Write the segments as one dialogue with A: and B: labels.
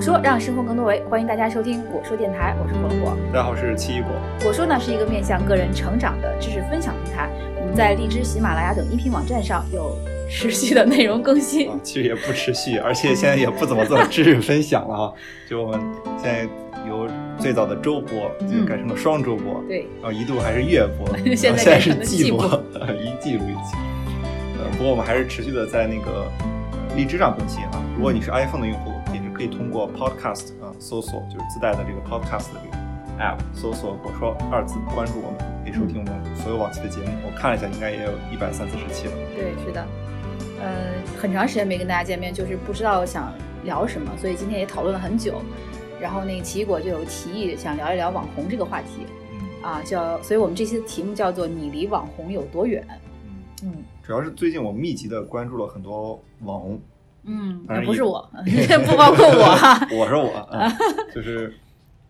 A: 说让生活更多维，欢迎大家收听果说电台，我是火龙果。
B: 大家好，我是奇异果。啊
A: 果说呢是一个面向个人成长的知识分享平台，我们在荔枝、喜马拉雅等音频网站上有持续的内容更新
B: 啊。，其实也不持续，而且现在也不怎么做知识分享了哈。就我们现在由最早的周播就改成了双周播，
A: 对，
B: 然后一度还是月 播，
A: 嗯现
B: 然
A: 在改
B: 后现在
A: 成
B: 是
A: 了季
B: 季
A: 播
B: 播，一季如一期。呃，不过我们还是持续的在那个呃荔枝上更新啊。如果你是 iPhone 的用户，也是可以通过 Podcast 啊、搜索，就是自带的这个 Podcast 的这个 App 搜索“我说”二字关注我们，可以收听我们所有往期的节目。我看了一下，应该也有一百三四十期了。
A: 对，是的。呃，很长时间没跟大家见面，就是不知道想聊什么，所以今天也讨论了很久。然后那个奇异果就有提议想聊一聊网红这个话题
B: 嗯。
A: 啊，叫，所以我们这期的题目叫做“你离网红有多远
B: 嗯”。
A: 嗯
B: 主要是最近我密集的关注了很多 网红，
A: 嗯，
B: 反正
A: 不是
B: 一
A: 我，不包括我哈。
B: 我说我，啊，就是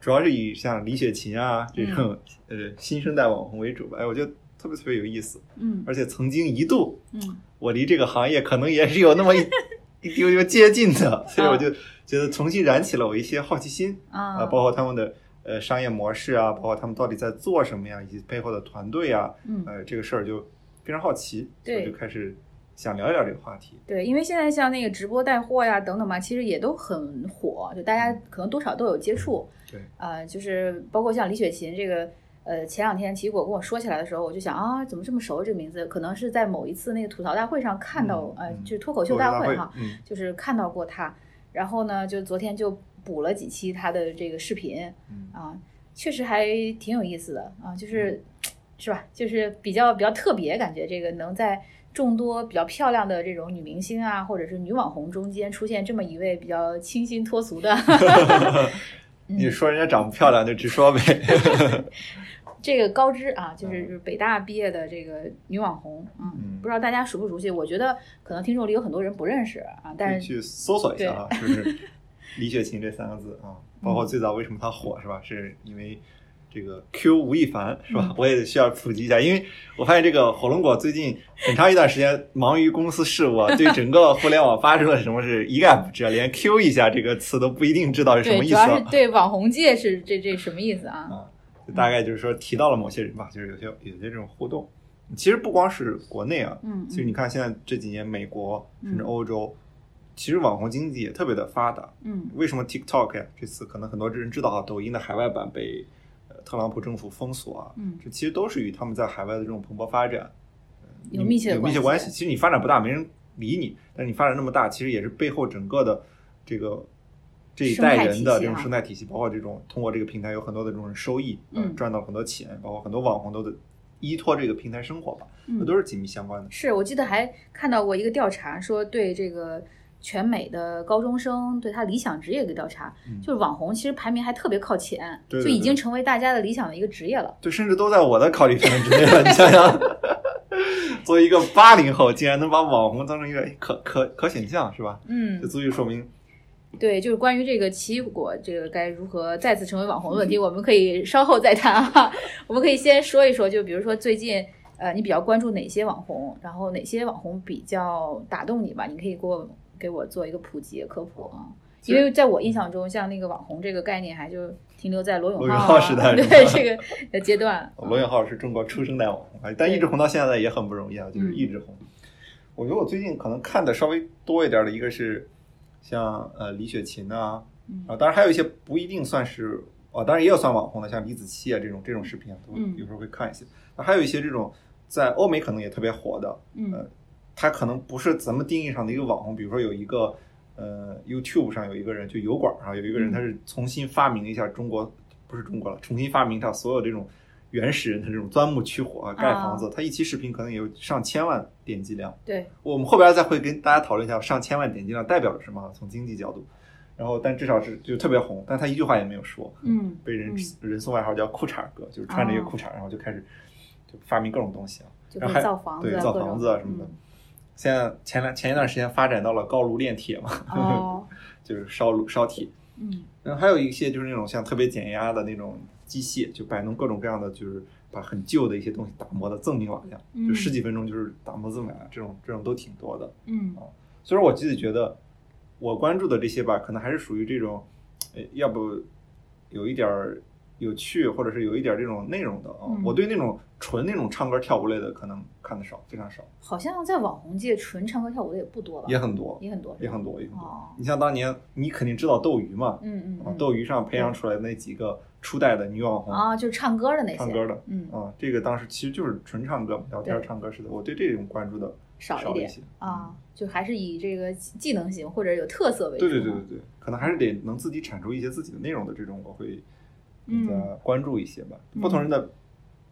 B: 主要是以像李雪琴啊这种呃新生代网红为主吧。哎，我觉得特别特别有意思，
A: 嗯
B: 而且曾经一度
A: 嗯
B: 我离这个行业可能也是有 那么一一丢丢接近的，所以我就觉得重新燃起了我一些好奇心啊、
A: 啊，
B: 包括他们的呃商业模式啊，包括他们到底在做什么呀，以及背后的团队啊，
A: 嗯，
B: 呃这个事儿就非常好奇，所
A: 对
B: 以就开始想聊一聊这个话题。
A: 对，因为现在像那个直播带货呀等等吧，其实也都很火，就大家可能多少都有接触。
B: 对，
A: 呃，就是包括像李雪琴这个，呃，前两天奇异果跟我说起来的时候，我就想啊，怎么这么熟这个名字？可能是在某一次那个吐槽大会上看到，
B: 嗯
A: 呃，
B: 嗯
A: 就是脱口秀大会哈，，
B: 嗯，
A: 就是看到过她。然后呢，就昨天就补了几期她的这个视频
B: 嗯
A: 啊，确实还挺有意思的啊，就是
B: 嗯
A: 是吧？就是比较比较特别，感觉这个能在众多比较漂亮的这种女明星啊，或者是女网红中间出现这么一位比较清新脱俗 的，
B: 你
A: 嗯
B: 说人家长不漂亮就直说呗。
A: 这个高知啊，就是就是北大毕业的这个女网红，嗯
B: 嗯，
A: 不知道大家熟不熟悉？我觉得可能听众里有很多人不认识啊，但
B: 你
A: 是
B: 去搜索一下啊， 就是李雪琴这三个字啊，包
A: 嗯
B: 括最早为什么她火是吧？是因为这个 Q 吴亦凡是吧？
A: 嗯
B: 我也得需要普及一下，因为我发现这个火龙果最近很长一段时间忙于公司事务，啊，对整个互联网发生了什么事一概不知，啊连 Q 一下这个词都不一定知道是什
A: 对，
B: 么意
A: 主
B: 思
A: 要是
B: 啊。
A: 对网红界是这这什么意思啊？
B: 就大概就是说提到了某些人吧，就是有些有些这种互动。其实不光是国内啊，
A: 嗯，
B: 其实你看现在这几年美国
A: 嗯
B: 甚至欧洲，其实网红经济也特别的发达。
A: 嗯
B: 为什么 TikTok 呀？这次可能很多人知道啊，抖音的海外版被呃特朗普政府封锁啊，
A: 嗯
B: 这其实都是与他们在海外的这种蓬勃发展呃
A: 有密切的
B: 有密切
A: 关
B: 关
A: 系
B: 系。其实你发展不大，没人理你，但是你发展那么大，其实也是背后整个的这个这一代人的这
A: 生态体系啊
B: 种生态体系，包括这种通过这个平台有很多的这种收益，呃
A: 嗯
B: 赚到很多钱，包括很多网红都得依托这个平台生活吧，
A: 嗯
B: 这都是紧密相关的。
A: 是我记得还看到过一个调查，说对这个全美的高中生对他理想职业一个调查，
B: 嗯
A: 就是网红其实排名还特别靠前，
B: 对对
A: 就已
B: 对
A: 经成为大家的理想的一个职业了。
B: 对，甚至都在我的考虑范围之内了。你想想，作为一个八零后，竟然能把网红当成一个哎可可可选项，是吧？
A: 嗯
B: 这，足以说明，
A: 对，就是关于这个奇异果这个该如何再次成为网红的问题，
B: 嗯
A: 我们可以稍后再谈啊。 我们可以先说一说，就比如说最近呃，你比较关注哪些网红，然后哪些网红比较打动你吧？你可以给我给我做一个普及科普啊。
B: 哦
A: 因为在我印象中，像那个网红这个概念，还就停留在罗永
B: 罗永
A: 浩、啊、
B: 浩时代是
A: 对
B: 吧
A: 这个的阶段。
B: 罗永浩是中国初生代网红，哎但一直红到现在也很不容易啊，就是一直红。我觉得我最近可能看的稍微多一点的，一个是像呃李雪琴啊，
A: 嗯
B: 啊，当然还有一些不一定算是，哦，当然也有算网红的，像李子柒啊这种这种视频啊，都
A: 嗯
B: 有时候会看一些。那还有一些这种在欧美可能也特别火的，
A: 嗯
B: 呃他可能不是咱们定义上的一个网红，比如说有一个呃 YouTube 上有一个人，就油管上有一个人，
A: 嗯
B: 他是重新发明一下中国，不是中国了，重新发明一下所有这种原始人的这种钻木取火啊，盖房子，他一期视频可能也有上千万点击量。
A: 对，
B: 我们后边再会跟大家讨论一下上千万点击量代表着什么啊，从经济角度。然后，但至少是就特别红，但他一句话也没有说，
A: 嗯
B: 被人、
A: 嗯
B: 人送外号叫裤衩哥，就是穿着一个
A: 哦
B: 裤衩，然后就开始就发明各种东西啊。
A: 就
B: 然
A: 可
B: 后
A: 以
B: 还
A: 造房子
B: 对
A: 啊，
B: 造
A: 各种
B: 房子啊什么的
A: 嗯。
B: 现在前两前一段时间发展到了高炉炼铁嘛，
A: 哦，
B: 就是烧炉烧铁。
A: 嗯
B: 然后还有一些就是那种像特别减压的那种机械，就摆弄各种各样的，就是把很旧的一些东西打磨的锃明瓦亮，
A: 嗯
B: 就十几分钟就是打磨锃明瓦亮，这种这种都挺多的。
A: 嗯
B: 所以说我自己觉得，我关注的这些吧，可能还是属于这种呃要不有一点儿有趣，或者是有一点儿这种内容的啊。
A: 嗯
B: 我对那种纯那种唱歌跳舞类的可能看的少，非常少，
A: 好像在网红界纯唱歌跳舞的也不多吧？
B: 也很多，
A: 也很多，
B: 也很多，也很多。
A: 哦，
B: 你像当年，你肯定知道斗鱼嘛，
A: 嗯嗯
B: 啊
A: 嗯，
B: 斗鱼上培养出来的那几个初代的女网红，
A: 啊，就是唱歌的那些，
B: 唱歌的，
A: 嗯，
B: 啊，这个当时其实就是纯唱歌、聊天、
A: 对
B: 唱歌似的。我对这种关注的
A: 少
B: 少
A: 一
B: 一
A: 点
B: 些。
A: 啊，就还是以这个技能型或者有特色为主。
B: 对对对对对，可能还是得能自己产出一些自己的内容的这种，我会
A: 嗯
B: 更加关注一些吧。
A: 嗯
B: 不同人的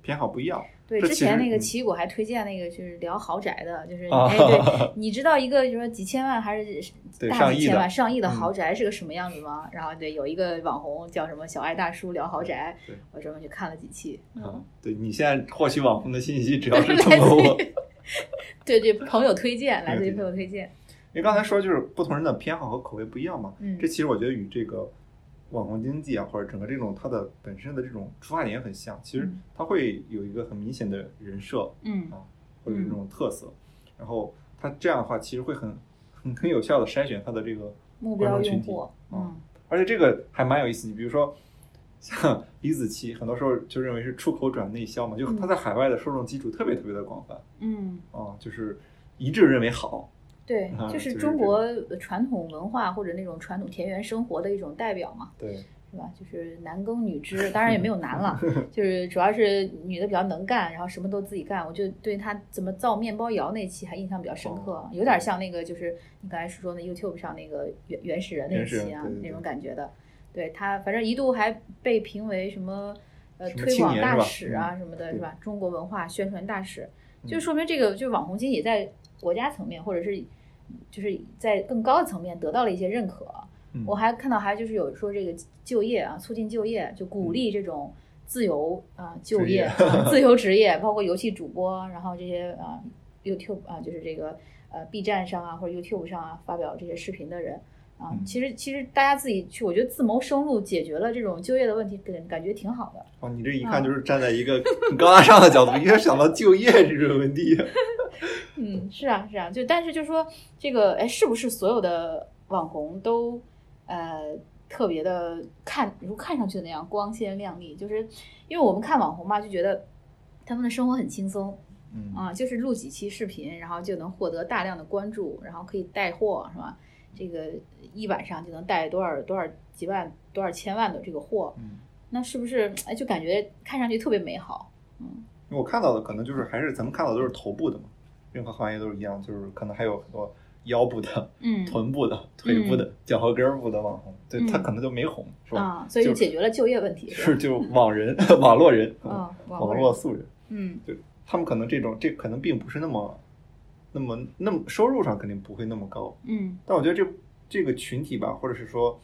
B: 偏好不一样，
A: 对，
B: 这
A: 之
B: 其
A: 前
B: 实
A: 那个
B: 嗯
A: 奇异果还推荐那个，就是聊豪宅的， 就是
B: 啊
A: 哎，对，你知道一个就是说几千万还是
B: 对
A: 大
B: 上
A: 几
B: 亿
A: 千
B: 的
A: 万上亿的
B: 嗯
A: 豪宅是个什么样子吗？然后对，有一个网红叫什么小爱大叔聊豪宅
B: 对，
A: 我专门去看了几期。
B: 啊
A: 嗯，，
B: 对你现在获取网红的信息，只 要是
A: 来自
B: 通过我，
A: 于对对，朋友推荐，来自于
B: 对对
A: 朋友推荐。
B: 因为刚才说就是不同人的偏好和口味不一样嘛。
A: 嗯
B: 这其实我觉得与这个网红经济啊，或者整个这种它的本身的这种出发点很像。其实
A: 嗯
B: 它会有一个很明显的人设，
A: 嗯
B: 或者是这种特色，然后它这样的话其实会很很很有效的筛选它的这个，
A: 目
B: 观
A: 标
B: 众
A: 用
B: 群体
A: 户，嗯
B: 而且这个还蛮有意思。你比如说像李子柒，很多时候就认为是出口转内销嘛，就
A: 嗯
B: 他在海外的受众基础特别特别的广泛
A: 嗯，
B: 啊，就是一致认为好，
A: 对
B: 啊，
A: 就
B: 就是是
A: 中
B: 这
A: 国传统文化或者那种传统田园生活的一种代表嘛。
B: 对，
A: 是吧？就是男耕女织，当然也没有男 了，就是主要是女的比较能干，然后什么都自己干。我就对她怎么造面包窑那期还印象比较深刻，
B: 哦
A: 有点像那个就是你刚才说的 YouTube 上那个原原始人那
B: 原始人
A: 期啊
B: 对对对
A: 那种感觉的。对她，反正一度还被评为什么呃
B: 什么
A: 推
B: 青
A: 广
B: 年
A: 大
B: 是吧
A: 使啊
B: 嗯
A: 什么的，
B: 对
A: 是吧？中国文化宣传大使，就
B: 嗯
A: 说明这个就是网红经济在国家层面或者是就是在更高的层面得到了一些认可。
B: 嗯
A: 我还看到还就是有说这个就业啊，促进就业，就
B: 嗯
A: 鼓励这种自由啊、就业、自 由职业，包括游戏主播，然后这些啊 YouTube 啊，就是这个呃 B 站上啊或者 YouTube 上啊发表这些视频的人啊，
B: 嗯
A: 其实其实大家自己去，我觉得自谋生路，解决了这种就业的问题，感感觉挺好的。
B: 哦，你这一看就是站在一个很高大上的角度，一下想到就业这种问题，
A: 嗯，是啊，是啊，就但是就说这个，哎，是不是所有的网红都呃特别的看，如看上去的那样光鲜亮丽？就是因为我们看网红嘛，就觉得他们的生活很轻松
B: 嗯，
A: 啊，就是录几期视频，然后就能获得大量的关注，然后可以带货，是吧？这个一晚上就能带多少多少几万、多少千万的这个货，
B: 嗯
A: 那是不是哎就感觉看上去特别美好？嗯
B: 因为我看到的可能就是还是咱们看到的都是头部的嘛，任何行业都是一样，就是可能还有很多腰部的。
A: 嗯
B: 臀部的、腿部的、脚后跟儿部的网红，对
A: 嗯
B: 他可能就没红，是吧？
A: 啊，所以就
B: 就
A: 解决了就业问题。
B: 是就网人、 网络人、嗯
A: 啊，网
B: 网
A: 红
B: 络素人，
A: 嗯。
B: 他们可能这种这可能并不是那么、那么、那么收入上肯定不会那么高，
A: 嗯
B: 但我觉得这这个群体吧，或者是说，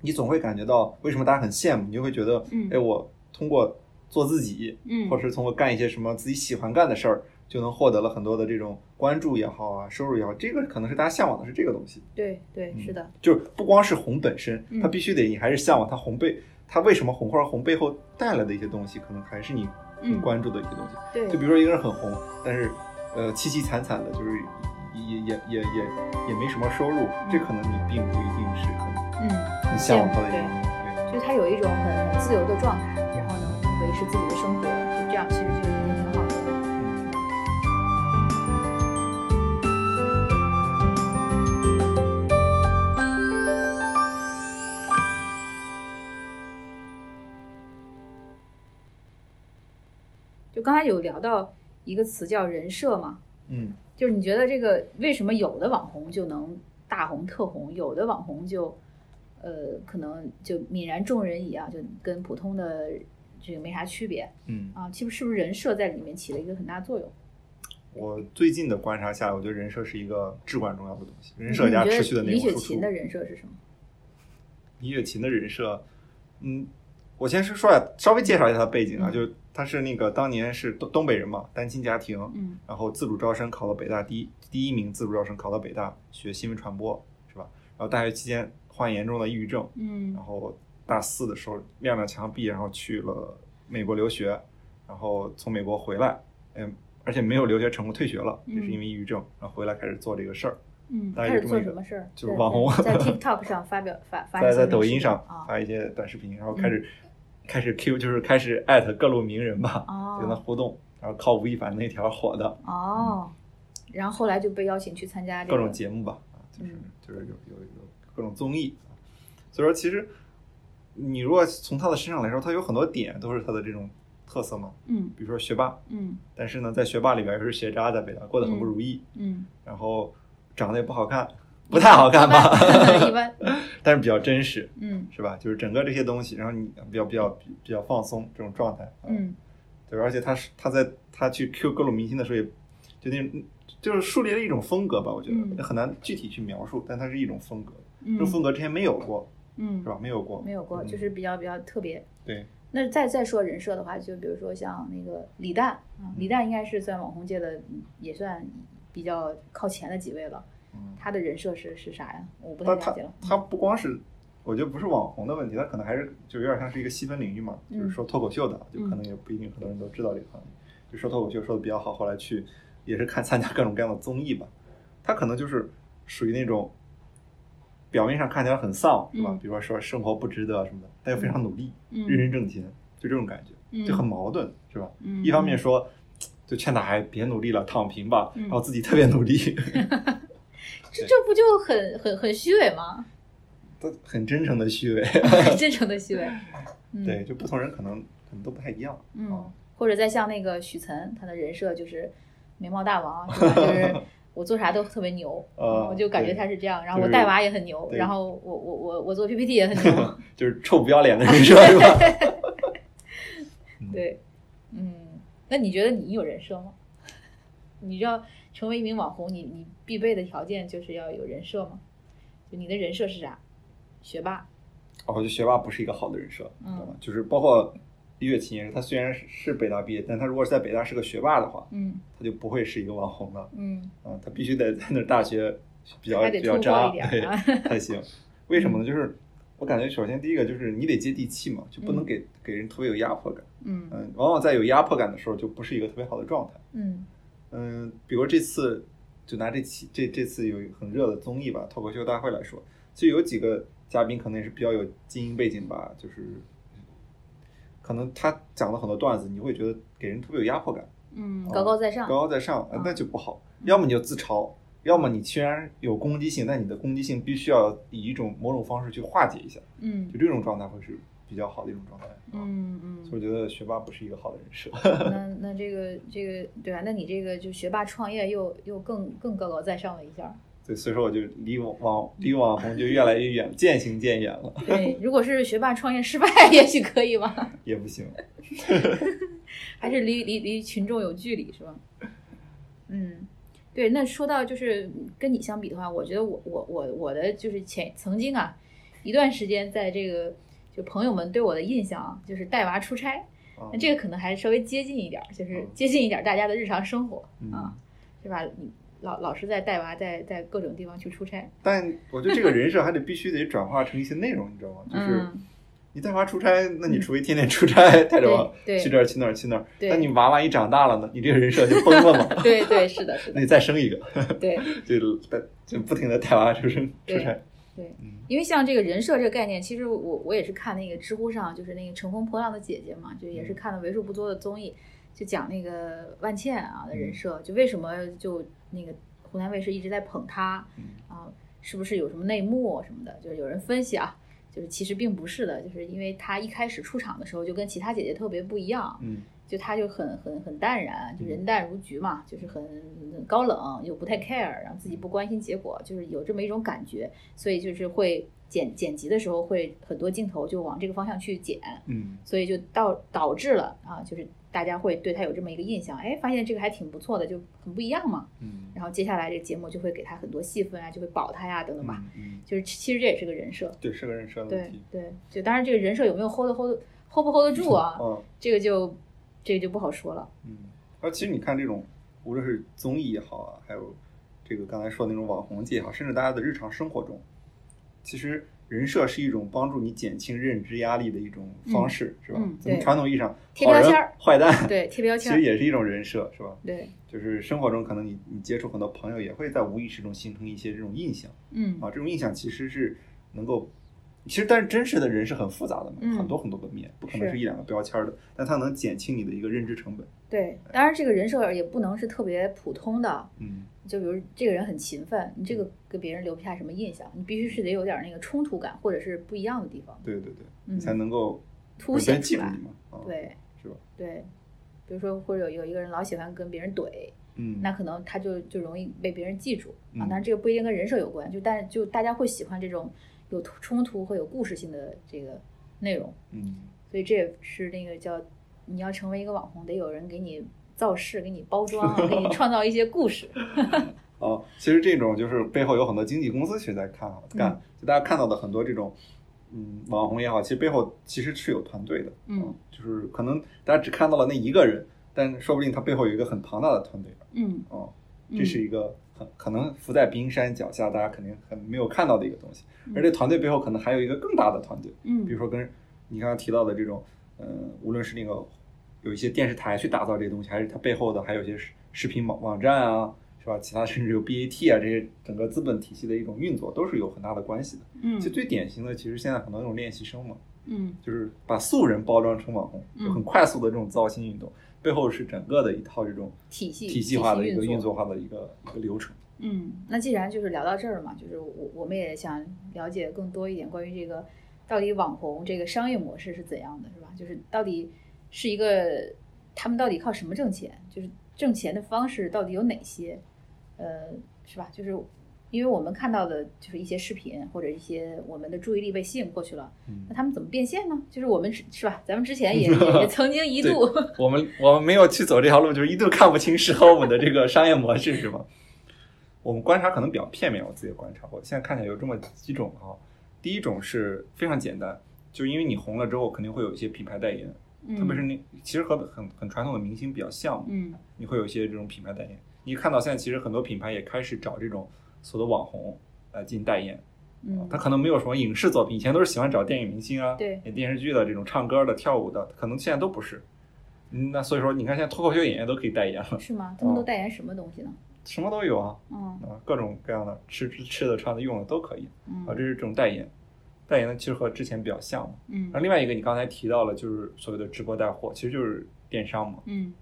B: 你总会感觉到为什么大家很羡慕，你就会觉得，
A: 嗯
B: 哎，我通过做自己，
A: 嗯，
B: 或者是通过干一些什么自己喜欢干的事儿，就能获得了很多的这种关注也好啊，收入也好，这个可能是大家向往的是这个东西。
A: 对对
B: 嗯
A: 是的，
B: 就是不光是红本身
A: 嗯，
B: 它必须得你还是向往它红背，它为什么红，或者红背后带来的一些东西，可能还是你
A: 嗯
B: 关注的一些东西。
A: 对
B: 就比如说一个人很红，但是呃凄凄惨惨的，就是也也也也也也没什么收入，这可能你并不一定是很
A: 嗯，
B: 很向往它的一个东西。对
A: 就是他有一种很很自由的状态，然后能维持自己的生活，就这样其实就已经挺好的了。就刚才有聊到一个词叫人设嘛，
B: 嗯，
A: 就是你觉得这个为什么有的网红就能大红特红，有的网红就呃可能就泯然众人矣啊，就跟普通的这个没啥区别
B: 嗯，
A: 啊？其实是不是人设在里面起了一个很大作用？
B: 我最近的观察下来，我觉得人设是一个至关重要的东西，人设
A: 嗯你
B: 加
A: 觉
B: 持
A: 得
B: 续的内
A: 李
B: 容
A: 雪
B: 输出
A: 琴。的人设是什么？
B: 李雪琴的人设，嗯，我先是说下，稍微介绍一下她的背景啊，
A: 嗯
B: 就是她是那个当年是东东北人嘛，单亲家庭，
A: 嗯
B: 然后自主招生考到北大第一第一名，自主招生考到北大学新闻传播，是吧？然后大学期间患严重的抑郁症，
A: 嗯
B: 然后大四的时候踉踉跄跄，然后去了美国留学，然后从美国回来，嗯，而且没有留学成功，退学了，
A: 嗯
B: 就是因为抑郁症，然后回来开始做这个事儿，
A: 嗯，
B: 大
A: 开
B: 概有
A: 始
B: 这
A: 做
B: 么一
A: 什
B: 个
A: 么事儿？
B: 就是
A: 在
B: 网红
A: 在在 TikTok 上发表发发一
B: 在
A: 些
B: 在
A: 短
B: 抖
A: 视
B: 音
A: 频
B: 上
A: 啊嗯
B: 发一些短视频，然后开始开始 Q，就是开始艾特各路名人吧，跟他
A: 哦
B: 互动，然后靠吴亦凡那条火的
A: 哦，然后后来就被邀请去参加这
B: 各
A: 个
B: 种节目吧，啊，就是
A: 嗯
B: 就是有有有各种综艺，啊所以说其实你如果从他的身上来说，他有很多点都是他的这种特色嘛，
A: 嗯
B: 比如说学霸，
A: 嗯
B: 但是呢，在学霸里边又是学渣，在北大过得很不如意，
A: 嗯，
B: 然后长得也不好看，不太好看吧，
A: 一 般
B: 但是比较真实，
A: 嗯
B: 是吧？就是整个这些东西，然后你比较比较比较放松这种状态，啊，
A: 嗯
B: 对，而且他是他在他去 Q 各路明星的时候也，就那种就是树立了一种风格吧，我觉得、
A: 嗯
B: 很难具体去描述，但它是一种风格，这种
A: 嗯
B: 风格之前没有过，
A: 嗯
B: 是，吧？没有过，
A: 没有过，
B: 嗯
A: 就是比较比较特别。
B: 对，
A: 那再再说人设的话，就比如说像那个李诞啊，李诞应该是算网红界的，嗯也算比较靠前的几位了。
B: 嗯，
A: 他的人设是是啥呀？我不太
B: 但他
A: 了解了。
B: 他不光是。我觉得不是网红的问题，他可能还是就有点像是一个细分领域嘛，
A: 嗯
B: 就是说脱口秀的，就
A: 嗯
B: 可能也不一定很多人都知道这个行业，就说脱口秀说的比较好，后来去也是看参 加各种各样的综艺吧，他可能就是属于那种表面上看起来很丧，是吧？
A: 嗯
B: 比如说生活不值得什么的，但又非常努力，
A: 嗯
B: 认真挣钱，就这种感觉，
A: 嗯
B: 就很矛盾，是吧？
A: 嗯
B: 一方面说，就劝他还别努力了，躺平吧，
A: 嗯
B: 然后自己特别努力，
A: 这这不就很很很虚伪 吗？
B: 都很真诚的虚伪。
A: 真诚的虚伪。嗯、
B: 对，，就不同人可能可能都不太一样。
A: 嗯
B: 啊，
A: 或者再像那个许岑，他的人设就是眉毛大王，啊是吧就是 我做啥都特别牛，
B: 呃
A: 我就感觉
B: 对
A: 他是这样。然后
B: 就
A: 我
B: 是
A: 带娃也很牛，
B: 对
A: 然后我我我我做 PPT 也很 牛，
B: 就是臭不要脸的人设是吧？
A: 对，嗯，那你觉得你有人设吗？ 你要成为一名网红，你你必备的条件就是要有人设吗？就你的人设是啥？学霸，
B: 哦，我觉得学霸不是一个好的人设，
A: 嗯
B: 知道吗？就是包括李雪琴也是，她虽然是是北大毕业，但她如果是在北大是个学霸的话，
A: 嗯
B: 她就不会是一个网红了。
A: 嗯
B: 啊，她必须得在那儿大学比较
A: 还得
B: 比较
A: 突
B: 渣，
A: 破一点
B: 对
A: 啊，
B: 才行。为什么呢？就是我感觉，首先第一个就是你得接地气嘛，就不能给、给人特别有压迫感。
A: 嗯
B: 嗯，往往在有压迫感的时候，就不是一个特别好的状态。
A: 嗯
B: 嗯，比如这次就拿这期这这次有很热的综艺吧，脱口秀大会来说，其实有几个嘉宾可能也是比较有精英背景吧，就是可能他讲了很多段子，你会觉得给人特别有压迫感，
A: 嗯，
B: 啊
A: 高高在上，
B: 高高在上，呃
A: 嗯
B: 那就不好。要么你就自嘲，要么你虽然有攻击性，但你的攻击性必须要以一种某种方式去化解一下，
A: 嗯
B: 就这种状态会是比较好的一种状态。啊，
A: 嗯嗯
B: 所以。我觉得学霸不是一个好的人设。
A: 那那这个这个对吧？啊那你这个就学霸创业又又更更高高在上了一下儿。
B: 对，所以说我就离网网离网红就越来越远，渐行渐远了，
A: 对，如果是学霸创业失败，也许可以吧？
B: 也不行。
A: 还是离离离群众有距离是吧？嗯，对。那说到就是跟你相比的话，我觉得我我我我的就是前曾经啊一段时间在这个就朋友们对我的印象啊，就是带娃出差，
B: 啊
A: 那这个可能还稍微接近一点儿，就是
B: 嗯
A: 接近一点儿大家的日常生活啊
B: 嗯，，
A: 是吧？你老老是在带娃，在在各种地方去出差。
B: 但我觉得这个人设还得必须得转化成一些内容，你知道吗？就是
A: 嗯，
B: 你带娃出差，那你除非天天出差，带着娃
A: 对对
B: 去这儿去那儿去那儿，
A: 对。
B: 但你娃娃一长大了呢，你这个人设就崩了嘛
A: 对对，是的，是
B: 那
A: 的，
B: 你再生一个，
A: 对
B: 就带就不停的带娃出生出差。
A: 对
B: 嗯，
A: 因为像这个人设这个概念，其实我我也是看那个知乎上，就是那个《乘风破浪的姐姐》嘛，就也是看了为数不多的综艺，就讲那个万茜啊的人设，就为什么就那个湖南卫视一直在捧她
B: 嗯
A: 啊，是不是有什么内幕什么的？就是有人分析啊，就是其实并不是的，就是因为她一开始出场的时候就跟其他姐姐特别不一样，
B: 嗯
A: 就他就很很很淡然，就
B: 嗯
A: 人淡如菊嘛，就是很很高冷，又不太 care，然后自己不关心结果，就是有这么一种感觉，所以就是会剪剪辑的时候会很多镜头就往这个方向去剪，
B: 嗯
A: 所以就到导致了啊，就是大家会对他有这么一个印象，哎，发现这个还挺不错的，就很不一样嘛。
B: 嗯
A: 然后接下来这个节目就会给他很多戏份啊，就会保他呀等等吧，
B: 嗯嗯，
A: 就是其实这也是个人设，
B: 对，是个人设的问
A: 对
B: 题。
A: 对，就当然这个人设有没有 hold 得 hold 得 hold 不 hold 得住啊，
B: 嗯
A: 这个就这个就不好说了。
B: 嗯，而其实你看这种，无论是综艺也好啊，还有这个刚才说的那种网红界也好，甚至大家的日常生活中，其实人设是一种帮助你减轻认知压力的一种方式，是吧？
A: 嗯
B: 咱们
A: 对
B: 传统意义上，
A: 贴
B: 好
A: 标
B: 人
A: 签儿、
B: 坏蛋，
A: 对，贴标
B: 其
A: 签
B: 实
A: 儿，
B: 也是一种人设，是吧？
A: 对，
B: 就是生活中可能你你接触很多朋友，也会在无意识中形成一些这种印象
A: 嗯
B: 啊，这种印象其实是能够。其实，但是真实的人是很复杂的嘛，
A: 嗯
B: 很多很多个面，不可能
A: 是
B: 是一两个标签儿的，但它能减轻你的一个认知成本。
A: 对。当然，这个人设也不能是特别普通的，
B: 嗯，
A: 就比如这个人很勤奋，你这个给别人留不下什么印象，你必须是得有点那个冲突感，或者是不一样的地方，
B: 对对对，
A: 嗯，
B: 才能够
A: 凸
B: 有人
A: 显
B: 记
A: 出
B: 住
A: 来
B: 你。嘛，啊，
A: 对，
B: 是吧？
A: 对，比如说或者有有一个人老喜欢跟别人怼，
B: 嗯，
A: 那可能他就就容易被别人记住
B: 嗯
A: 啊。当然这个不一定跟人设有关，就但就大家会喜欢这种有突冲突和有故事性的这个内容，
B: 嗯，
A: 所以这也是那个叫你要成为一个网红，得有人给你造势，给你包装 啊，给你创造一些故事。
B: 哦，其实这种就是背后有很多经纪公司其实在看啊干，
A: 嗯
B: 就大家看到的很多这种，嗯，网红也好，其实背后其实是有团队的，
A: 嗯，
B: 就是可能大家只看到了那一个人，但说不定他背后有一个很庞大的团队，
A: 嗯，
B: 哦，
A: 嗯
B: 这是一个很可能浮在冰山脚下，大家肯定很没有看到的一个东西，
A: 嗯
B: 而这团队背后可能还有一个更大的团队，
A: 嗯，
B: 比如说跟你刚刚提到的这种，呃，无论是那个有一些电视台去打造这些东西，还是它背后的还有一些视视频网网站啊，是吧？其他甚至有 BAT 啊这些整个资本体系的一种运作，都是有很大的关系的。
A: 嗯
B: 其实最典型的，其实现在很多那种练习生嘛，
A: 嗯
B: 就是把素人包装成网红，
A: 嗯
B: 就很快速的这种造星运动，背后是整个的一套这种
A: 体系
B: 体系化的一个
A: 运
B: 运作化的一个一个流程。
A: 嗯，那既然就是聊到这儿了嘛，就是我我们也想了解更多一点关于这个到底网红这个商业模式是怎样的，是吧？就是到底是一个他们到底靠什么挣钱，就是挣钱的方式到底有哪些，呃，是吧？就是因为我们看到的就是一些视频或者一些我们的注意力被吸引过去了，
B: 嗯
A: 那，他们怎么变现呢？就是我们是是吧？咱们之 前也也也曾经一度
B: 我们我们没有去走这条路，就是一度看不清适合我们的这个商业模式，是吗？我们观察可能比较片面，我自己观察，我现在看起来有这么几种啊。第一种是非常简单，就是因为你红了之后，肯定会有一些品牌代言，特别是那其实和很很传统的明星比较像嘛，
A: 嗯
B: 你会有一些这种品牌代言。你看到现在，其实很多品牌也开始找这种所谓的网红来进行代言，
A: 嗯
B: 他可能没有什么影视作品，以前都是喜欢找电影明星啊，
A: 对
B: 演电视剧的这种唱歌的、跳舞的，可能现在都不是。嗯，那所以说，你看现在脱口秀演员都可以代言了，
A: 是吗？他们都代言什么东西呢？
B: 什么都有啊，
A: 嗯
B: 啊，各种各样的吃吃吃的、穿的、用的都可以
A: 嗯
B: 啊，这是这种代言。代言呢，其实和之前比较像嘛。
A: 嗯
B: 然后另外一个，你刚才提到了，就是所谓的直播带货，其实就是电商嘛，
A: 嗯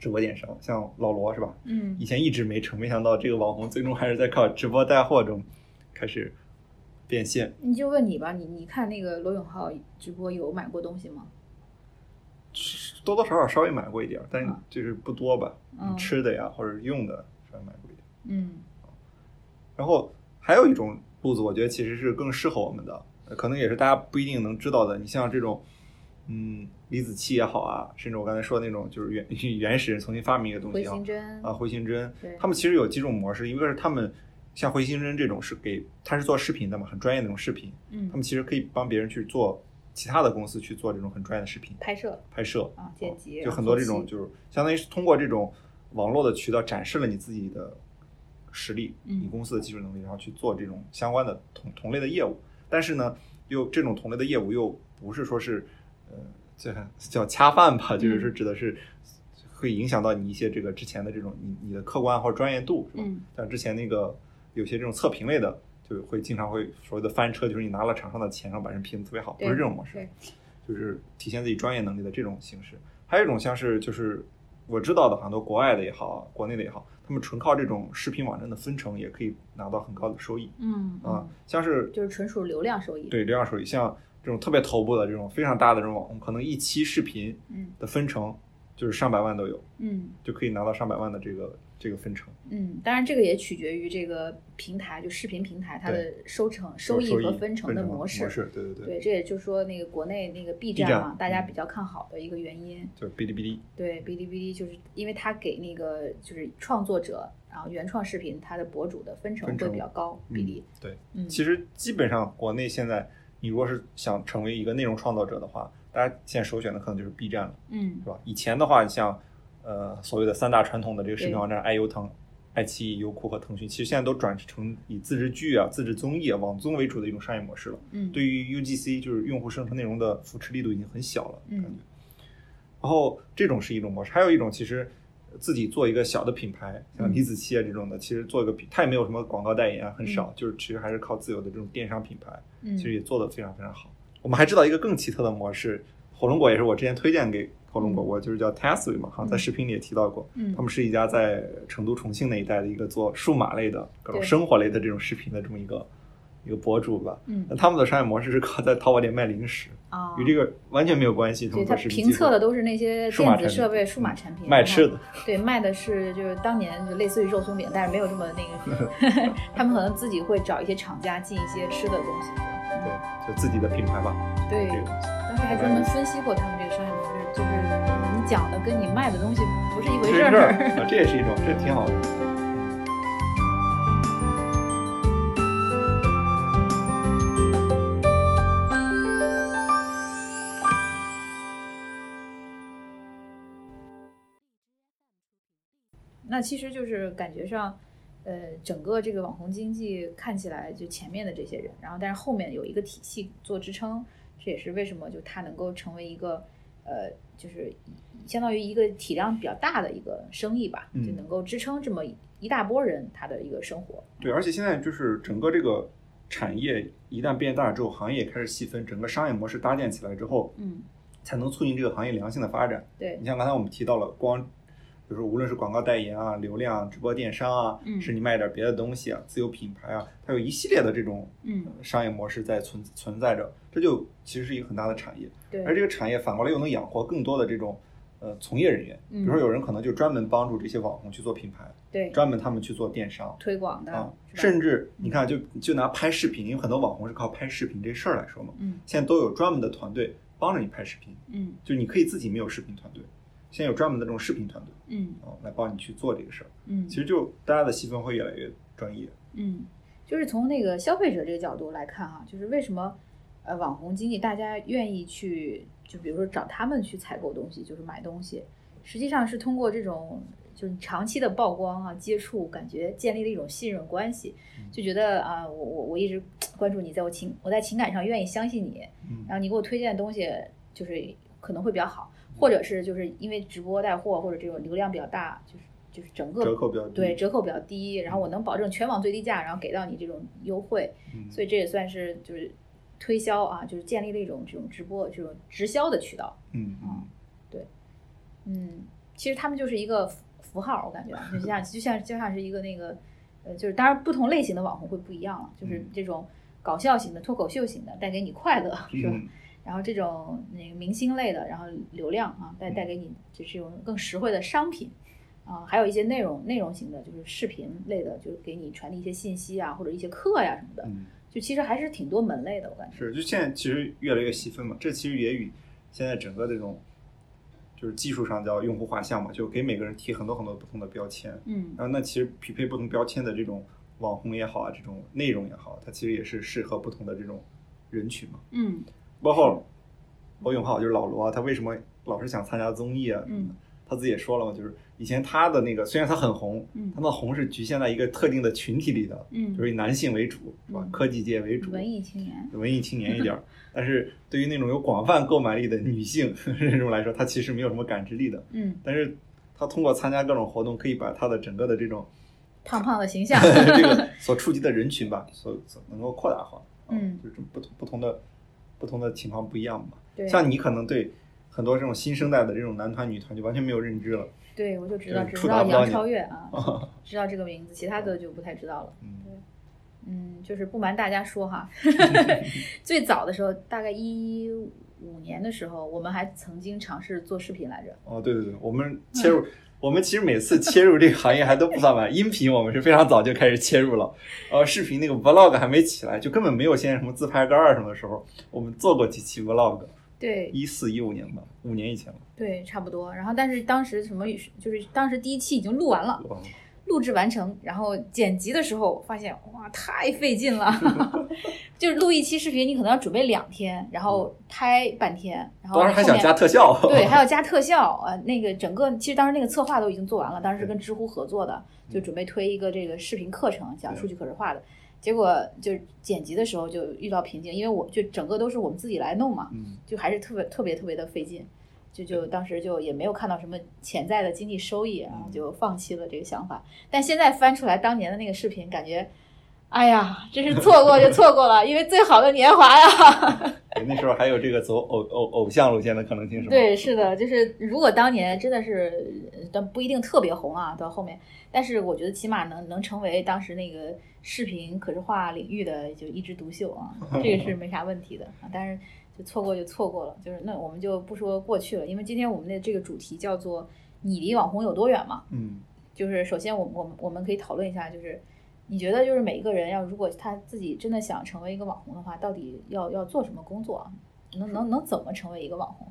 B: 直播电商，像老罗是吧？
A: 嗯
B: 以前一直没成，没想到这个网红最终还是在靠直播带货中开始变现。
A: 你就问你吧，你你看那个罗永浩直播有买过东西吗？
B: 多多少少稍微买过一点儿，但是
A: 嗯
B: 就是不多吧，
A: 嗯
B: 吃的呀或者用的稍微买过一点。
A: 嗯
B: 然后还有一种路子，我觉得其实是更适合我们的，呃可能也是大家不一定能知道的。你像这种，嗯，离子器也好啊，甚至我刚才说的那种就是原 原始人重新发明一个东西
A: 回
B: 也好
A: 形针
B: 啊，回形针
A: 对，
B: 他们其实有几种模式，一个是他们像回形针这种是给他是做视频的嘛，很专业的那种视频，
A: 嗯
B: 他们其实可以帮别人去做其他的公司去做这种很专业的视频
A: 拍摄
B: 拍摄
A: 啊剪辑，
B: 哦就很多这种
A: 后期
B: 就是相当于是通过这种网络的渠道展示了你自己的实力，
A: 嗯
B: 你公司的技术能力，然后去做这种相关的同同类的业务。但是呢，又这种同类的业务又不是说是呃这 叫恰饭吧，就是
A: 嗯
B: 说指的是会影响到你一些这个之前的这种你你的客观或者专业度，是吧？
A: 嗯
B: 像之前那个有些这种测评类的。就会经常会所谓的翻车，就是你拿了厂商的钱，然后把人评的特别好，不
A: 对
B: 是这种模式。
A: 对
B: 就是体现自己专业能力的这种形式。还有一种像是就是我知道的很多国外的也好，国内的也好，他们纯靠这种视频网站的分成也可以拿到很高的收益
A: 嗯
B: 啊
A: 嗯，。
B: 像是
A: 就是纯属流量收益。
B: 对流量收益，像这种特别头部的这种非常大的这种网红，可能一期视频
A: 嗯
B: 的分成就是上百万都有，
A: 嗯
B: 就可以拿到上百万的这个这个分成。
A: 嗯，当然这个也取决于这个平台，就视频平台它的收成、收益和分成的模
B: 式，
A: 式。
B: 对对对，
A: 对，这也就是说那个国内那个 B
B: 站
A: 站嘛，大家
B: 嗯
A: 比较看好的一个原因。
B: 就是哔哩哔哩，
A: 对，哔哩哔哩就是因为它给那个就是创作者，然后原创视频它的博主的分成
B: 分
A: 会
B: 成
A: 比较高，比例。
B: 嗯对。
A: 嗯，
B: 其实基本上国内现在，你如果是想成为一个内容创造者的话，大家现在首选的可能就是 B 站了，
A: 嗯
B: 是吧？以前的话，你像呃所谓的三大传统的这个视频
A: 对
B: 网站，爱优腾、爱奇艺、优酷和腾讯，其实现在都转成以自制剧啊、自制综艺啊、网综为主的一种商业模式了。
A: 嗯，
B: 对于 UGC 就是用户生成内容的扶持力度已经很小了，
A: 嗯
B: 感觉。然后这种是一种模式，还有一种其实自己做一个小的品牌，像
A: 嗯
B: 李子柒啊这种的，其实做一个品，它也没有什么广告代言啊，很少，就是其实还是靠自有的这种电商品牌，
A: 嗯
B: 其实也做得非常非常好。我们还知道一个更奇特的模式，火龙果也是我之前推荐给火龙果，我就是叫 Tasway 嘛，好像在
A: 嗯
B: 视频里也提到过，
A: 嗯
B: 他们是一家在成都、重庆那一带的一个做数码类的各种
A: 对
B: 生活类的这种视频的这么一个一个博主吧。那
A: 嗯
B: 他们的商业模式是靠在淘宝店卖零食，
A: 啊，
B: 呃与这个完全没有关系。他
A: 对
B: 们
A: 它
B: 做视频
A: 评
B: 技术
A: 测的都是那些
B: 数码
A: 电
B: 产
A: 子
B: 品嗯
A: 设备、数码产品，啊
B: 卖吃的，
A: 对，卖的是就是当年就类似于肉松饼，但是没有这么那 个，他们可能自己会找一些厂家进一些吃的东西。嗯
B: 对，就自己的品牌吧，
A: 对
B: 这，个东西。
A: 当时还专门分析过他们这个商业模式，就是你讲的跟你卖的东西不是一回
B: 这
A: 事
B: 事
A: 儿。
B: 儿，啊这也是一种，这挺好的。
A: 那其实就是感觉上，呃，整个这个网红经济看起来就前面的这些人，然后但是后面有一个体系做支撑，这也是为什么就它能够成为一个，呃，就是相当于一个体量比较大的一个生意吧，
B: 嗯
A: 就能够支撑这么一大波人他的一个生活。
B: 对，而且现在就是整个这个产业一旦变大之后，行业也开始细分，整个商业模式搭建起来之后，
A: 嗯，
B: 才能促进这个行业良性的发展。
A: 对
B: 你，像刚才我们提到了，光比如说无论是广告代言啊、流量啊、直播电商啊，
A: 嗯
B: 是你卖点别的东西啊、自有品牌啊，它有一系列的这种
A: 嗯
B: 呃商业模式在存存在着，这就其实是一个很大的产业，
A: 对，
B: 而这个产业反过来又能养活更多的这种呃从业人员，比
A: 嗯
B: 如说有人可能就专门帮助这些网红去做品牌，
A: 对
B: 专门他们去做电商。
A: 推广的，嗯
B: 啊，
A: 是吧
B: 甚至你看，就就拿拍视频，因为很多网红是靠拍视频这事儿来说嘛，
A: 嗯
B: 现在都有专门的团队帮着你拍视频，
A: 嗯
B: 就你可以自己没有视频团队，现在有专门的这种视频团队
A: 嗯
B: 啊、来帮你去做这个事儿。
A: 嗯
B: 其实就大家的细分会越来越专业。
A: 嗯，就是从那个消费者这个角度来看哈、就是为什么呃网红经济大家愿意去，就比如说找他们去采购东西，就是买东西，实际上是通过这种就是长期的曝光啊、接触，感觉建立了一种信任关系，就觉得啊，我我我一直关注你，在我情我在情感上愿意相信你，
B: 嗯
A: 然后你给我推荐的东西就是可能会比较好，或者是就是因为直播带货或者这种流量比较大，就是就是整个
B: 折扣比较低
A: 对折扣比较低，然后我能保证全网最低价，然后给到你这种优惠，
B: 嗯，
A: 所以这也算是就是推销啊，就是建立了一种这种直播这种直销的渠道。
B: 嗯嗯
A: 嗯嗯，其实他们就是一个符符号，我感觉就像就像就像是一个那个，呃，就是当然不同类型的网红会不一样了，就是
B: 嗯
A: 这种搞笑型的、脱口秀型的，带给你快乐，是吧？
B: 嗯
A: 然后这种那个明星类的，然后流量啊，
B: 嗯
A: 带带给你就是这种更实惠的商品啊，还有一些内容内容型的，就是视频类的，就是给你传递一些信息啊，或者一些课呀、什么的，
B: 嗯
A: 就其实还是挺多门类的，我感觉。
B: 是，就现在其实越来越细分嘛，这其实也与现在整个这种就是技术上叫用户画像嘛，就给每个人贴很多很多不同的标签，
A: 嗯
B: 然后那其实匹配不同标签的这种网红也好啊，这种内容也好，它其实也是适合不同的这种人群嘛。
A: 嗯
B: 包括罗永浩，就是老罗啊，他为什么老是想参加综艺啊？
A: 嗯，
B: 他自己也说了嘛，就是以前他的那个虽然他很红，
A: 嗯
B: 他的红是局限在一个特定的群体里的，就
A: 嗯，
B: 是以男性为主，是吧？
A: 嗯
B: 科技界为主，
A: 文艺青年，
B: 文艺青年一点儿。但是对于那种有广泛购买力的女性 这种来说，她其实没有什么感知力的。
A: 嗯，
B: 但是她通过参加各种活动，可以把她的整个的这 种，
A: 胖胖的形象
B: 这个所触及的人群吧，所所能够扩大化。啊
A: 嗯
B: 就是不同不同的不同的情况不一样嘛。
A: 对，
B: 像你可能对很多这种新生代的这种男团女团就完全没有认知了。
A: 对我就知
B: 就
A: 道
B: 是
A: 只
B: 呃触
A: 知
B: 达
A: 道
B: 不到
A: 杨
B: 你
A: 超越 啊，知道这个名字，其他的就不太知道了。
B: 嗯
A: 嗯，就是不瞒大家说 哈，最早的时候，大概一五年的时候，我们还曾经尝试做视频来着。
B: 哦，对对对，我
A: 嗯
B: 们切入，我们其实每次切入这个行业还都不算晚，音频我们是非常早就开始切入了，呃，视频那个 vlog 还没起来，就根本没有现在什么自拍杆啊什么的时候，我们做过几期 vlog，
A: 对
B: 一四一五年吧，五年以前了，
A: 对，差不多。然后，但是当时什么，就是当时第一期已经录完了，
B: 哇
A: 录制完成，然后剪辑的时候发现，哇，太费劲了，就是录一期视频，你可能要准备两天，然后拍半天，然后
B: 嗯当时还
A: 后
B: 想
A: 面
B: 加特效，
A: 对，还要加特效啊、呃那个整个其实当时那个策划都已经做完了，当时是跟知乎合作的，就准备推一个这个视频课程，讲数据可视化的。结果就是剪辑的时候就遇到瓶颈，因为我就整个都是我们自己来弄嘛，
B: 嗯，
A: 就还是特别特别特别的费劲，就就当时就也没有看到什么潜在的经济收益，然后就放弃了这个想法。但现在翻出来当年的那个视频，感觉，哎呀，真是错过就错过了，因为最好的年华呀。
B: 对那时候还有这个走偶偶偶像路线的可能性是吗？
A: 对，是的，就是如果当年真的是，呃但不一定特别红啊，到后面，但是我觉得起码能能成为当时那个视频可视化领域的就一枝独秀 啊，这个是没啥问题的啊。但是就错过就错过了，就是那我们就不说过去了，因为今天我们的这个主题叫做“你离网红有多远”嘛。
B: 嗯，
A: 就是首先我们我们我们可以讨论一下，就是你觉得就是每一个人要如果他自己真的想成为一个网红的话，到底要要做什么工作啊？能能能怎么成为一个网红？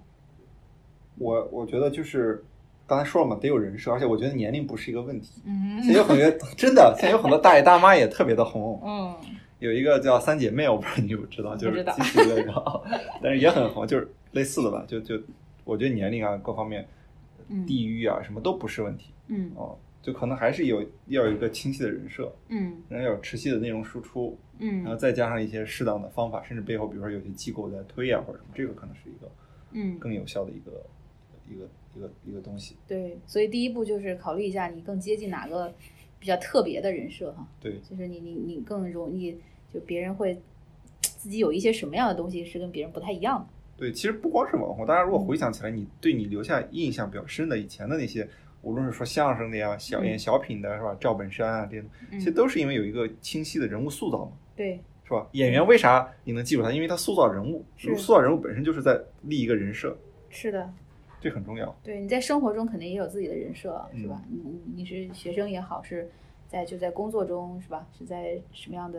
B: 我我觉得就是刚才说了嘛，得有人设，而且我觉得年龄不是一个问题。
A: 嗯
B: 现在有很多 真的，现在有很多大爷大妈也特别的红，
A: 嗯
B: 有一个叫三姐妹，我不知道你知不知道，就
A: 不
B: 是
A: 知道
B: 基础乐高，但是也很红，就是类似的吧，就就我觉得年龄啊各方面
A: 嗯，
B: 地域啊什么都不是问题
A: 嗯
B: 哦，就可能还是有要有一个清晰的人设，
A: 嗯
B: 然后要有持续的内容输出，然后
A: 嗯
B: 再加上一些适当的方法，甚至背后比如说有些机构在推啊或者什么，这个可能是一个
A: 嗯，
B: 更有效的一个一个一个一个东西。
A: 对，所以第一步就是考虑一下你更接近哪个比较特别的人设哈，
B: 对，
A: 就是你你你更容易就别人会自己有一些什么样的东西是跟别人不太一样的，
B: 对，其实不光是网红，大家如果回想起来，你对你留下印象比较深的以前的那些，无论是说相声的呀、小演
A: 嗯
B: 小品的是吧，赵本山啊这些，其实
A: 嗯，
B: 都是因为有一个清晰的人物塑造嘛，
A: 对，
B: 是吧？演员为啥你能记住他？因为他塑造人物，
A: 是
B: 塑造人物本身就是在立一个人设，
A: 是的，
B: 这很重要。
A: 对，你在生活中肯定也有自己的人设，
B: 嗯
A: 是吧？你你你是学生也好，是在就在工作中，是吧？是在什么样的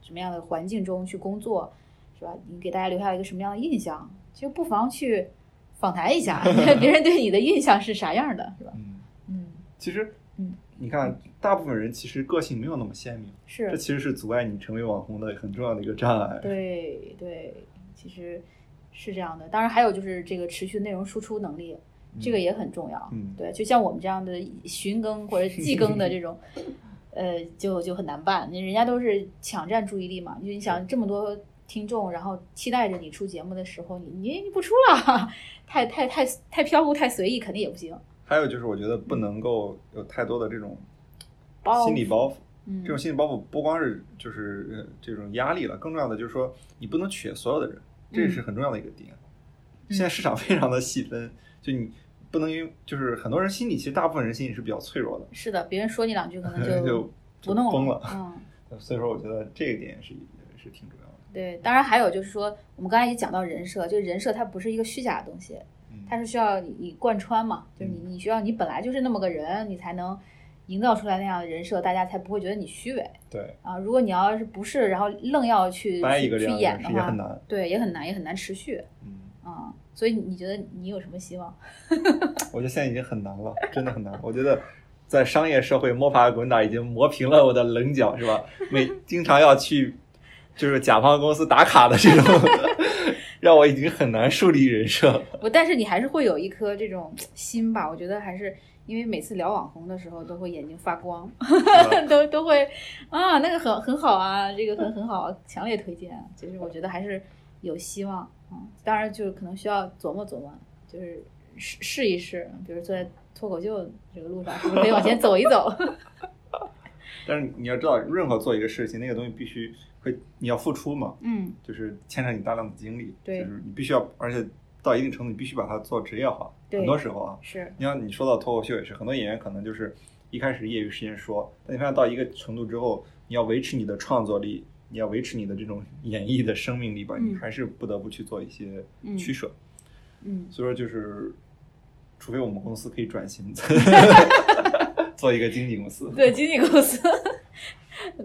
A: 什么样的环境中去工作，是吧？你给大家留下一个什么样的印象？其实不妨去访谈一下， 别人对你的印象是啥样的，是吧？
B: 嗯，
A: 嗯，
B: 其实，
A: 嗯，
B: 你看，大部分人其实个性没有那么鲜明，这
A: 是，
B: 其实是阻碍你成为网红的很重要的一个障碍。
A: 对对，其实是这样的。当然还有就是这个持续内容输出能力，这个也很重要。
B: 嗯
A: 对，就像我们这样的寻更或 者季更的这种，呃，就就很难办。人家都是抢占注意力嘛，因为你想这么多听众，然后期待着你出节目的时候，你你你不出了， 太太太太飘忽太随意，肯定也不行。
B: 还有就是，我觉得不能够有太多的这种
A: 嗯包
B: 心理
A: 袱
B: 包袱。
A: 嗯
B: 这种心理包袱不光是就是呃这种压力了，更重要的就是说你不能取悦所有的人，这是很重要的一个点。
A: 嗯
B: 现在市场非常的细分，就你不能因为就是很多人心里其实大部分人心里是比较脆弱的，
A: 是的，别人说你两句可能
B: 就
A: 不弄
B: 崩
A: 了
B: 了。。
A: 嗯，
B: 所以说，我觉得这一点是也是挺重要的。
A: 对。当然还有就是说，我们刚才也讲到人设，就人设它不是一个虚假的东西，
B: 嗯，
A: 它是需要你你贯穿嘛，就是你你需要你本来就是那么个人，你才能营造出来那样的人设，大家才不会觉得你虚伪
B: 对，
A: 啊。如果你要是不是，然后愣要去
B: 掰一个
A: 去
B: 这
A: 去
B: 样
A: 演
B: 的人
A: 的
B: 是也很
A: 话，
B: 难。
A: 对，也很难，也很难持续
B: 嗯，
A: 啊。所以你觉得你有什么希望？
B: 我觉得现在已经很难了，真的很难。我觉得在商业社会摸爬滚打，已经磨平了我的棱角，是吧？每经常要去就是甲方公司打卡的这种， 让我已经很难树立人设了。
A: 我但是你还是会有一颗这种心吧，我觉得还是。因为每次聊网红的时候，都会眼睛发光， 都都会啊，那个很很好啊，这个很很好啊，强烈推荐啊。就是我觉得还是有希望啊、嗯，当然就是可能需要琢磨琢磨，就是试试一试，比如说在脱口秀这个路上，是不是可以往前走一走？
B: 但是你要知道，任何做一个事情，那个东西必须会你要付出嘛，
A: 嗯，
B: 就是牵扯你大量的精力，
A: 对
B: 就是你必须要，而且到一定程度，你必须把它做职业化。
A: 对
B: 很多时候啊，
A: 是，
B: 你像你说到脱口秀也是，很多演员可能就是一开始业余时间说，但你发现到一个程度之后，你要维持你的创作力，你要维持你的这种演绎的生命力吧，
A: 嗯
B: 你还是不得不去做一些
A: 嗯
B: 取舍。
A: 嗯，
B: 所以说就是，除非我们公司可以转型， 做一个经纪公司。
A: 对，经纪公司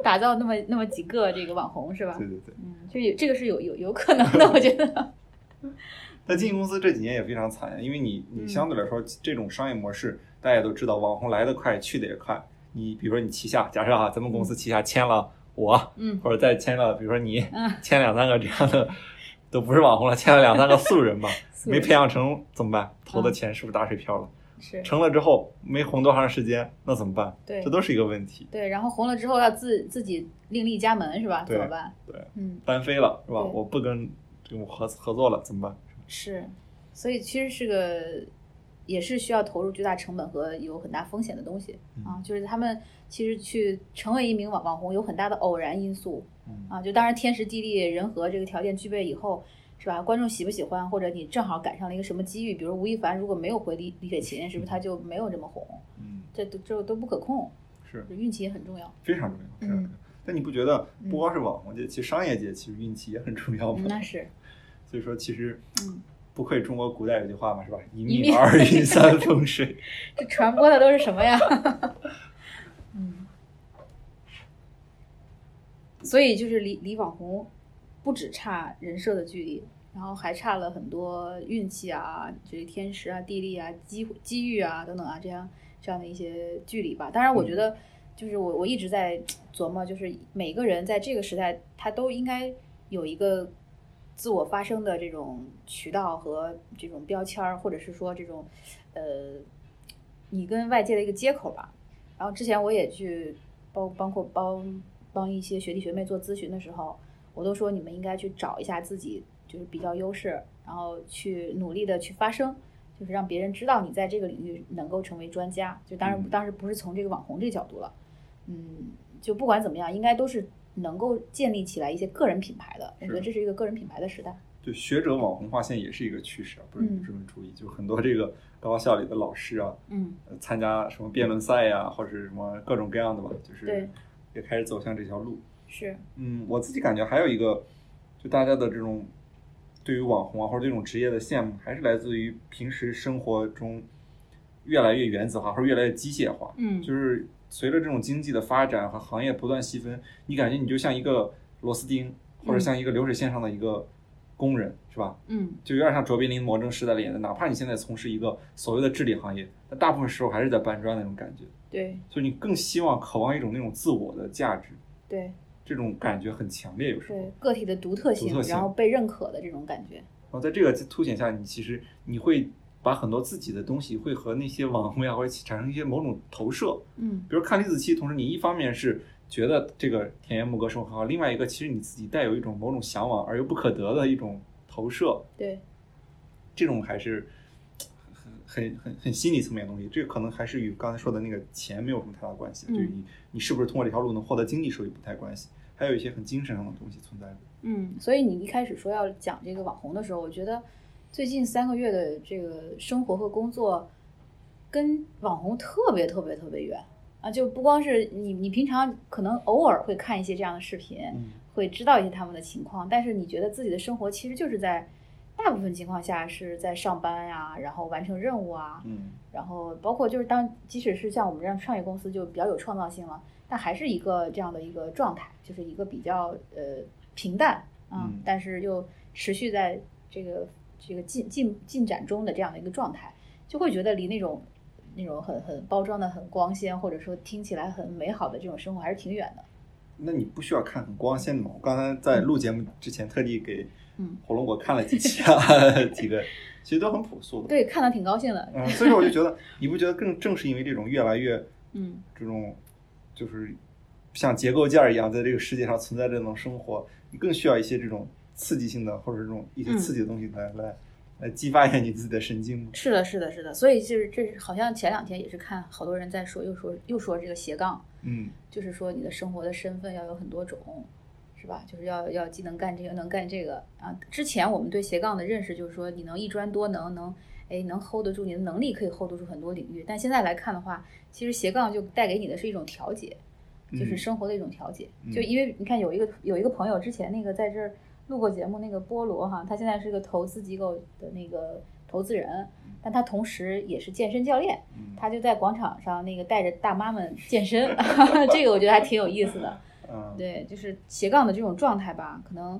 A: 打造那么那么几个这个网红是吧？
B: 对对对。
A: 嗯，就有这个是有有有可能的，我觉得。
B: 但经纪公司这几年也非常惨呀，因为你你
A: 嗯
B: 相对来说、这种商业模式，啊大家也都知道，网红来得快，去得也快。你比如说你旗下，假设哈、咱们公司旗下签了我，
A: 嗯
B: 或者再签了，比如说你
A: 嗯
B: 签两三个这样的，都不是网红了，签了两三个素人吧，
A: 素
B: 没
A: 人
B: 培养成怎么办？投的
A: 嗯
B: 钱是不是打水漂了？
A: 是
B: 成了之后没红多长时间，那怎么办？
A: 对
B: 这都是一个问题。
A: 对，然后红了之后要自自己另立家门是吧？
B: 对
A: 怎么办？
B: 对，
A: 嗯，
B: 单飞了是吧？
A: 对
B: 我不跟这种合合作了怎么办？
A: 是，所以其实是个也是需要投入巨大成本和有很大风险的东西
B: 嗯
A: 啊。就是他们其实去成为一名网网红有很大的偶然因素
B: 嗯
A: 啊，就当然天时地利人和这个条件具备以后。是吧？观众喜不喜欢，或者你正好赶上了一个什么机遇，比如吴亦凡如果没有回李李雪琴，是不是他就没有这么红？
B: 嗯，
A: 这都这都不可控，
B: 是
A: 运气也很重要。
B: 非常重要，
A: 嗯
B: 非常重要。但你不觉得不光是网红界，其实商业界其实运气也很重要吗？
A: 嗯那是，
B: 所以说，其实
A: 嗯，
B: 不愧中国古代有句话嘛，是吧？一
A: 一
B: 命
A: 命
B: 二运三风水。
A: 这 传播的都是什么呀？嗯，所以就是离离网红不只差人设的距离，然后还差了很多运气啊，就是天时啊、地利啊、机会机遇啊等等啊这样这样的一些距离吧。当然，我觉得就是我我一直在琢磨，就是每个人在这个时代，他都应该有一个自我发声的这种渠道和这种标签儿，或者是说这种呃，你跟外界的一个接口吧。然后之前我也去包包括帮帮一些学弟学妹做咨询的时候，我都说你们应该去找一下自己就是比较优势，然后去努力的去发声。就是让别人知道你在这个领域能够成为专家，就当然
B: 嗯
A: 当时不是从这个网红这个角度了，嗯，就不管怎么样，应该都是能够建立起来一些个人品牌的。我觉得
B: 是
A: 这是一个个人品牌的时代。
B: 对学者网红化现在也是一个趋势啊，不是
A: 嗯
B: 这么注意，就很多这个高校里的老师啊，
A: 嗯，
B: 呃参加什么辩论赛呀、或者是什么各种各样的吧，就是
A: 对
B: 也开始走向这条路。
A: 是，
B: 嗯，我自己感觉还有一个，就大家的这种对于网红啊或者这种职业的羡慕，还是来自于平时生活中越来越原子化或者越来越机械化。
A: 嗯
B: 就是随着这种经济的发展和行业不断细分，你感觉你就像一个螺丝钉，或者
A: 嗯
B: 像一个流水线上的一个工人，是吧？
A: 嗯，
B: 就有点像卓别林《魔怔》时代里演的，哪怕你现在从事一个所谓的智力行业，但大部分时候还是在搬砖那种感觉。
A: 对
B: 所以你更希望渴望一种那种自我的价值，
A: 对
B: 这种感觉很强烈，有时候。
A: 对，个体的独特
B: 独
A: 性，
B: 特性
A: 然后被认可的这种感觉。
B: 然后在这个凸显下，你其实你会把很多自己的东西会和那些网红呀，会产生一些某种投射。
A: 嗯
B: 比如看李子柒，同时你一方面是觉得这个田园牧歌生活很好，另外一个其实你自己带有一种某种向往而又不可得的一种投射，
A: 对，
B: 这种还是很很很很心理层面的东西。这个可能还是与刚才说的那个钱没有什么太大关系，
A: 嗯
B: 就是你你是不是通过这条路能获得经济收益不太关系，还有一些很精神上的东西存在的。
A: 嗯，所以你一开始说要讲这个网红的时候，我觉得最近三个月的这个生活和工作跟网红特别特别特别远啊，就不光是你，你平常可能偶尔会看一些这样的视频，
B: 嗯，
A: 会知道一些他们的情况，但是你觉得自己的生活其实就是在大部分情况下是在上班呀、然后完成任务啊，
B: 嗯，
A: 然后包括就是当即使是像我们这样创业公司就比较有创造性了，但还是一个这样的一个状态，就是一个比较呃平淡啊，
B: 嗯
A: 但是又持续在这个这个进进进展中的这样的一个状态，就会觉得离那种那种很很包装的很光鲜，或者说听起来很美好的这种生活还是挺远的。
B: 那你不需要看很光鲜的嘛？我刚才在录节目之前特地给
A: 嗯
B: 火龙果看了几期啊， 几个其实都很朴素的。
A: 对，看到挺高兴的，
B: 嗯，所以说我就觉得，你不觉得更正是因为这种越来越
A: 嗯。
B: 这种，就是像结构件儿一样，在这个世界上存在这种生活，你更需要一些这种刺激性的或者这种一些
A: 嗯
B: 刺激的东西来、来来激发一下你自己的神经嘛。
A: 是的，是的，是的，所以就是这是好像前两天也是看好多人在说，又说又说这个斜杠，
B: 嗯，
A: 就是说你的生活的身份要有很多种，是吧？就是要要既能干这个，能干这个啊。之前我们对斜杠的认识就是说，你能一专多能，能哎能 hold 得住你的能力，可以 hold 得住很多领域。但现在来看的话，其实斜杠就带给你的是一种调节，就是
B: 嗯
A: 生活的一种调节。
B: 嗯
A: 就因为你看有一个有一个朋友之前那个在这儿录过节目那个菠萝哈，他现在是个投资机构的那个投资人，但他同时也是健身教练。
B: 嗯
A: 他就在广场上那个带着大妈们健身， 这个我觉得还挺有意思的。
B: 嗯
A: 对，就是斜杠的这种状态吧，可能，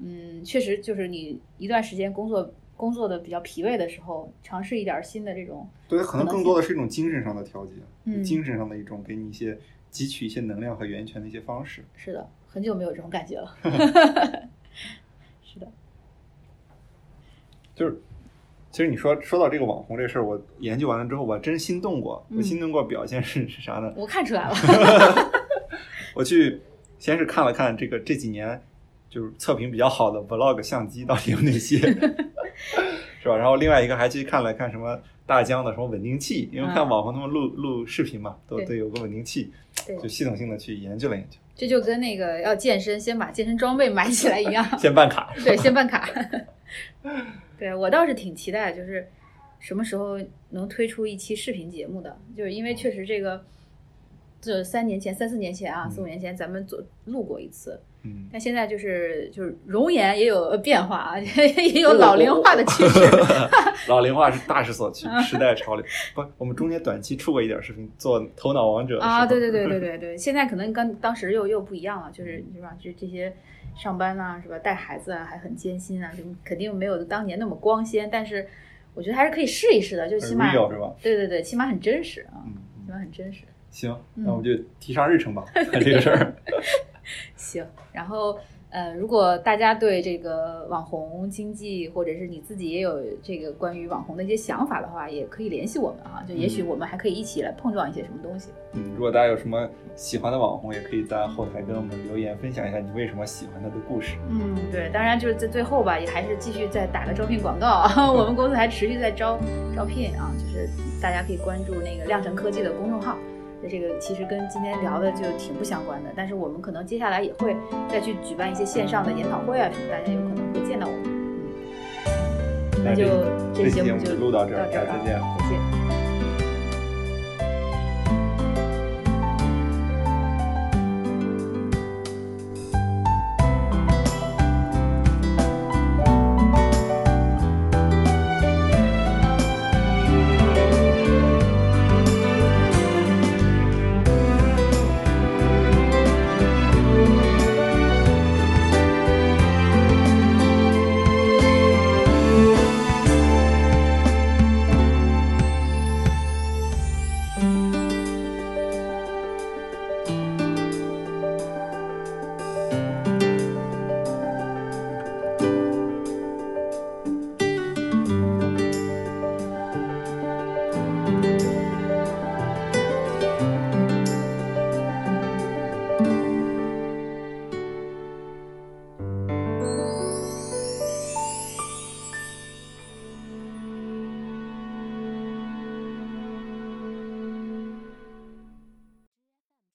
A: 嗯，确实就是你一段时间工作工作的比较疲惫的时候，尝试一点新的这种，
B: 对，可能更多的是一种精神上的调节，
A: 嗯
B: 精神上的一种给你一些汲取一些能量和源泉的一些方式。
A: 是的，很久没有这种感觉了。是的，
B: 就是，其实你说说到这个网红这事儿，我研究完了之后，我真心动过。
A: 嗯
B: 我心动过表现是是啥呢？
A: 我看出来了。
B: 我去先是看了看这个这几年就是测评比较好的 vlog 相机到底有哪 些，是吧？然后另外一个还去看了看什么大疆的什么稳定器，因为看
A: 嗯
B: 网红他们录录视频嘛，都
A: 对
B: 都有个稳定器，
A: 对
B: 就系统性的去研究了研究，
A: 这就跟那个要健身，先把健身装备买起来一样。
B: 先办卡。
A: 对，先办 卡。对我倒是挺期待，就是什么时候能推出一期视频节目的，就是因为确实这个，这三年前、三四年前啊，
B: 嗯
A: 四五年前咱们做录过一次，
B: 嗯，
A: 但现在就是就是容颜也有变化啊， 也 有老龄化的趋势。
B: 老龄化是大势所趋，时代潮流。不，我们中间短期出过一点视频，做头脑王者的时
A: 啊，
B: 候
A: 对对对对对对，现在可能跟当时又又不一样了，就是
B: 嗯
A: 是吧？就这些上班啊，是吧？带孩子啊，还很艰辛啊，就肯定没有当年那么光鲜，但是我觉得还是可以试一试的，就起码
B: real 是吧？
A: 对对对，起码很真实啊，
B: 嗯，
A: 起
B: 嗯
A: 码很真实。
B: 行，
A: 嗯
B: 那我们就提上日程吧，看这个事儿。
A: 行，然后呃，如果大家对这个网红经济，或者是你自己也有这个关于网红的一些想法的话，也可以联系我们啊，就也许我们还可以一起来碰撞一些什么东西。
B: 嗯，如果大家有什么喜欢的网红，也可以在后台跟我们留言分享一下你为什么喜欢他的故事。
A: 嗯，对，当然就是在最后吧，也还是继续再打个招聘广告啊，我们公司还持续在招招聘啊，就是大家可以关注那个亮城科技的公众号。这个其实跟今天聊的就挺不相关的，但是我们可能接下来也会再去举办一些线上的研讨会啊什么，大家有可能会见到我们。嗯，那就
B: 这
A: 这
B: 期
A: 节
B: 节
A: 目
B: 目
A: 就
B: 就录到这
A: 到
B: 儿，
A: 这
B: 大
A: 儿
B: 家
A: 啊
B: 再见。
A: 再见。